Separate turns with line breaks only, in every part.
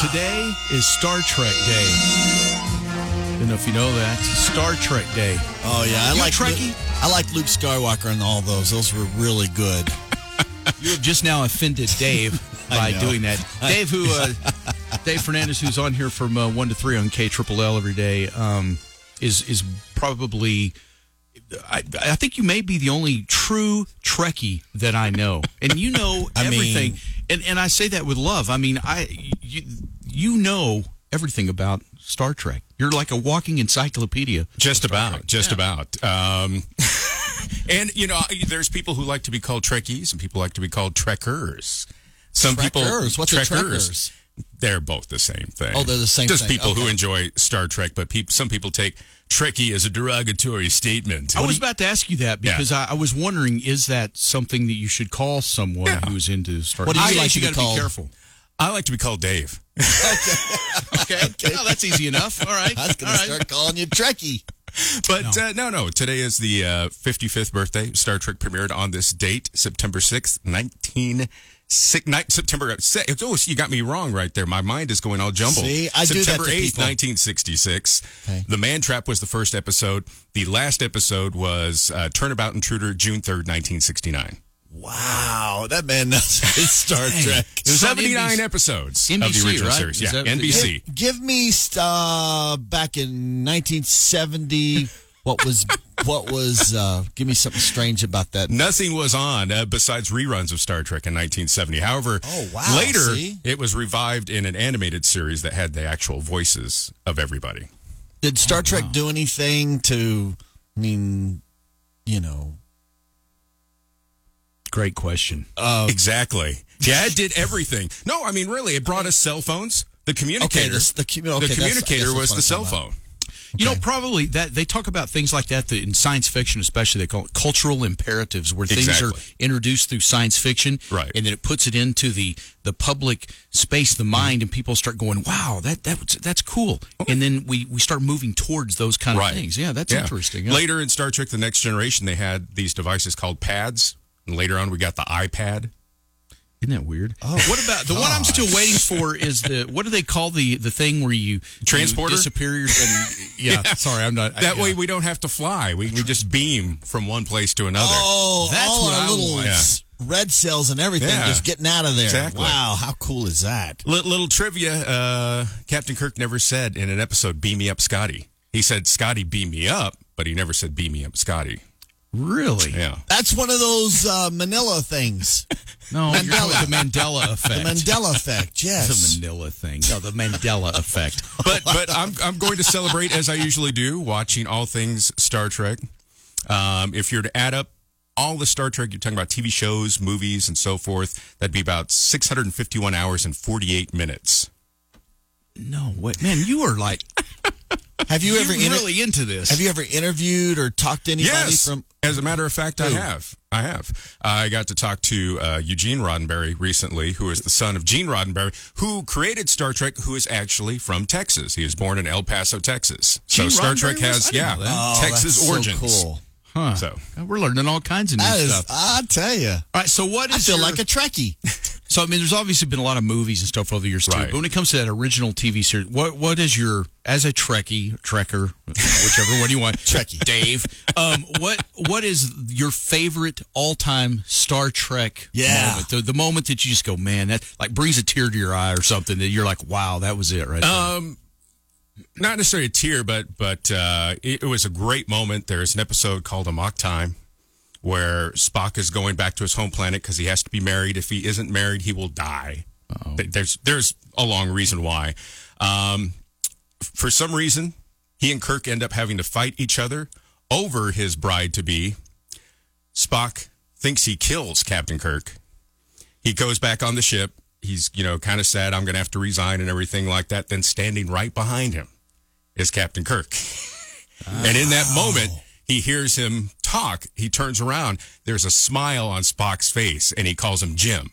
Today is Star Trek Day. Don't know if you know that. Star Trek Day.
Oh yeah, I
You a
like
Trekkie?
I like Luke Skywalker and all those. Those were really good.
You have just now offended Dave by
I know.
doing that. Dave, who uh, Dave Fernandez, who's on here from uh, one to three on K Triple L every day, um, is is probably. I, I think you may be the only true Trekkie that I know, and you know
I mean-
everything. and and I say that with love. I mean, I you, you know everything about Star Trek. You're like a walking encyclopedia.
Just about, just about. Um, and you know, there's people who like to be called Trekkies, and people like to be called Trekkers. Some
Trekkers?
people,
What's a Trekkers?
They're both the same thing.
Oh, they're the same
Just
thing.
people who
Okay.
enjoy Star Trek, but peop some people take Trekkie as a derogatory statement.
I was about to ask you that
Yeah.
because I, I was wondering, is that something that you should call someone who's into Star
What do you
I
like
think
to be
gotta
called?
Be careful.
I like to be called Dave.
Okay. Well, Oh, that's easy enough. All right.
I was gonna
All right.
start calling you Trekkie.
But no, uh, no, no. Today is the uh, 55th birthday. Star Trek premiered on this date, September 6th, 19. Six, ni- September 6th. Oh, you got me wrong right there. My mind is going all jumbled.
See, I do that
September
to
8th,
people.
1966.
Okay.
The Man Trap was the first episode. The last episode was uh, Turnabout Intruder, June 3rd, 1969.
Wow, that man knows his Star Trek.
It was on
79
NBC.
episodes of
NBC,
the original
right?
series.
Is
Yeah,
that-
NBC.
Give, give me uh, back in 1970. What was what was? Uh, give me something strange about that.
Nothing was on uh, besides reruns of Star Trek in 1970. However,
Oh, wow,
later
see?
it was revived in an animated series that had the actual voices of everybody.
Did Star Trek do anything to? I mean, you know,
Great question.
exactly. Yeah, it did everything. No, I mean really, it brought us cell phones. The communicator.
this- the commu- okay,
the
that's- I guess
communicator
that's
was
what
the
I'm
cell
talking about.
phone.
You know, probably that they talk about things like that, that in science fiction, especially they call it cultural imperatives, where things
Exactly.
are introduced through science fiction,
Right.
And then it puts it into the the public space,
Mm-hmm.
the mind, and people start going, "Wow, that that was- that's cool." And then we we start moving towards those kind
Right.
of things. Yeah, that's
Yeah.
interesting. Yeah.
Later in Star Trek: The Next Generation, they had these devices called pads, and later on we got the iPad.
Isn't that weird? Oh, what about the one I'm still waiting for? Is the what do they call the the thing where you
Transporter?
you disappear? your- And, yeah, sorry, I'm not
That
yeah.
way we don't have to fly. We, we just beam from one place to another.
Oh,
That's
all
what
our
I
little
want.
s- red cells and everything
Yeah.
just getting out of there.
Exactly.
Wow, how cool is that?
Li- little trivia: uh, Captain Kirk never said in an episode "Beam me up, Scotty." He said "Scotty, beam me up," but he never said "Beam me up, Scotty."
really?
Yeah,
That's one of those uh, Manila things,
No, you're talking about the Mandela effect.
Mandela effect. Yes.
The Manila thing. No, the Mandela effect.
but but I'm I'm going to celebrate as I usually do, watching all things Star Trek. Um, if you're to add up all the Star Trek, you're talking about TV shows, movies, and so forth. That'd be about 651 hours and 48 minutes.
No, what man? You are like
Have you
you
ever inter-
really into this.
have you ever interviewed or talked to anybody
Yes.
from?
As a matter of fact, I have. I have. Uh, I got to talk to uh, Eugene Roddenberry recently, who is the son of Gene Roddenberry, who created Star Trek, who is actually from Texas. He was born in El Paso, Texas. So
Gene
Star
Roddenberry
Trek
was? I
has,
didn't
yeah,
know that.
Oh,
Texas
that's so
origins.
cool.
Huh.
So
God, We're learning all kinds of new
That is,
stuff.
I tell you,
all right, so what is
I feel
your-
like a Trekkie.
So I mean, there's obviously been a lot of movies and stuff over the years too.
Right.
But when it comes to that original TV series, what what is your as a Trekkie, Trekker, whichever one you want,
Trekkie.
Dave? Um, what what is your favorite all time Star Trek?
Yeah.
moment? The, the moment that you just go, man, that like brings a tear to your eye or something that you're like, wow, that was it, right? there."
not necessarily a tear, but but uh, it, it was a great moment. There's an episode called A Mock Time where Spock is going back to his home planet because he has to be married. If he isn't married, he will die. Th- There's there's a long reason why. Um, for some reason, he and Kirk end up having to fight each other over his bride to be. Spock thinks he kills Captain Kirk. He goes back on the ship. He's, you know, kind of sad. I'm going to have to resign and everything like that. Then standing right behind him is Captain Kirk. And in that moment, he hears him talk. He turns around. There's a smile on Spock's face and he calls him Jim.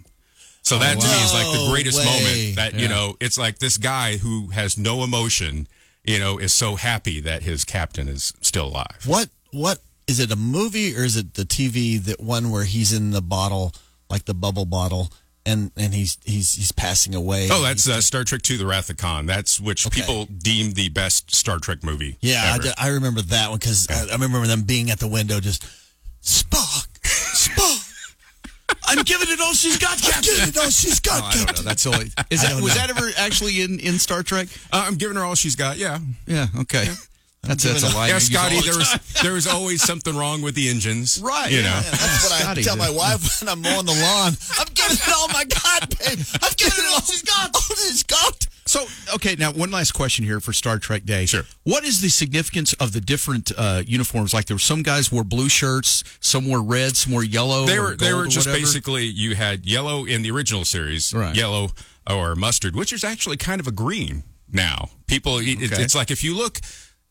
So that to me is like the
No
greatest
way.
moment that, you know, it's like this guy who has no emotion, you know, is so happy that his captain is still alive.
What what is it a movie or is it the TV that one where he's in the bottle like the bubble bottle and and he's he's he's passing away?
Oh, that's uh, Star Trek II The Wrath of Khan. That's which
Okay.
people deem the best Star Trek movie.
yeah. I,
ever.
did- I remember that one because I, I remember them being at the window just Spock, Spock.
I'm giving it all she's got,
I'm getting it all she's got.
I don't know.
Captain."
That's all. I- Is
I
that
don't
was
know.
that ever actually in in Star Trek?
Uh, I'm giving her all she's got. Yeah.
Yeah. Okay. That's that's a
giving
lie. I
yeah,
use all
Scotty,
the
there
time.
was, there was always something wrong with the engines.
Right,
You
yeah,
know.
yeah.
That's what
Scotty
I tell
did.
my wife when I'm mowing the lawn. I'm giving it all my God, babe. I'm giving it all she's got. All she's got.
So, okay, now one last question here for Star Trek Day.
Sure.
What is the significance of the different uh, uniforms? Like there were some guys wore blue shirts, some wore red, some wore yellow.
They
or
were they
gold
were
or
just
whatever.
basically you had yellow in the original series,
Right.
yellow or mustard, which is actually kind of a green now. People, it, it-
Okay.
it's like if you look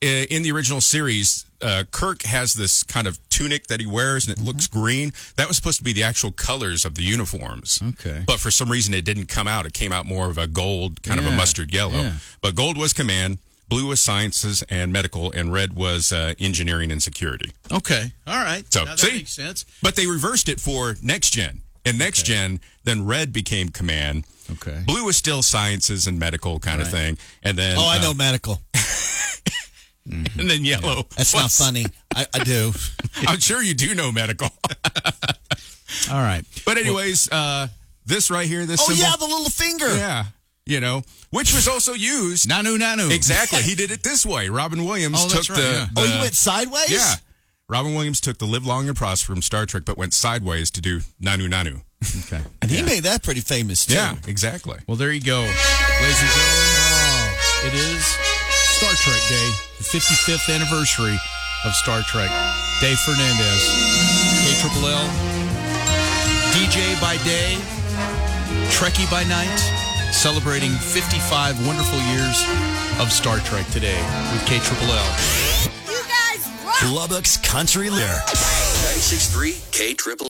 uh, in the original series, uh, Kirk has this kind of tunic that he wears, and it looks
Mm-hmm.
green. That was supposed to be the actual colors of the uniforms.
Okay.
but for some reason it didn't come out. It came out more of a gold, kind of a
Yeah,
mustard yellow.
yeah.
But gold was command. Blue was sciences and medical, and red was uh, engineering and security.
Okay. All right.
So
Now that
see,
makes sense.
But they reversed it for next gen. And next gen, then red became command.
Okay.
Blue was still sciences and medical kind of thing, and then
Oh, I
uh,
know medical.
and then yellow.
That's not funny. I, I do.
I'm sure you do know medical.
All right.
But anyways, uh, this right here, this
Oh
symbol,
yeah, the little finger.
yeah, you know, which was also used
Nanu Nanu.
exactly. He did it this way. Robin Williams
Oh, that's
took the,
right,
Oh,
the-
you went sideways.
yeah. Robin Williams took the live long and prosper from Star Trek, but went sideways to do Nanu Nanu.
Okay.
and he made that pretty famous too.
Yeah, exactly.
Well, there you go, ladies and gentlemen. It is Star Trek Day, the 55th anniversary of Star Trek. Dave Fernandez, K Triple L, DJ by day, Trekkie by night, celebrating 55 wonderful years of Star Trek today with K Triple L.
You guys rock!
Lubbock's country lair.
963 K Triple.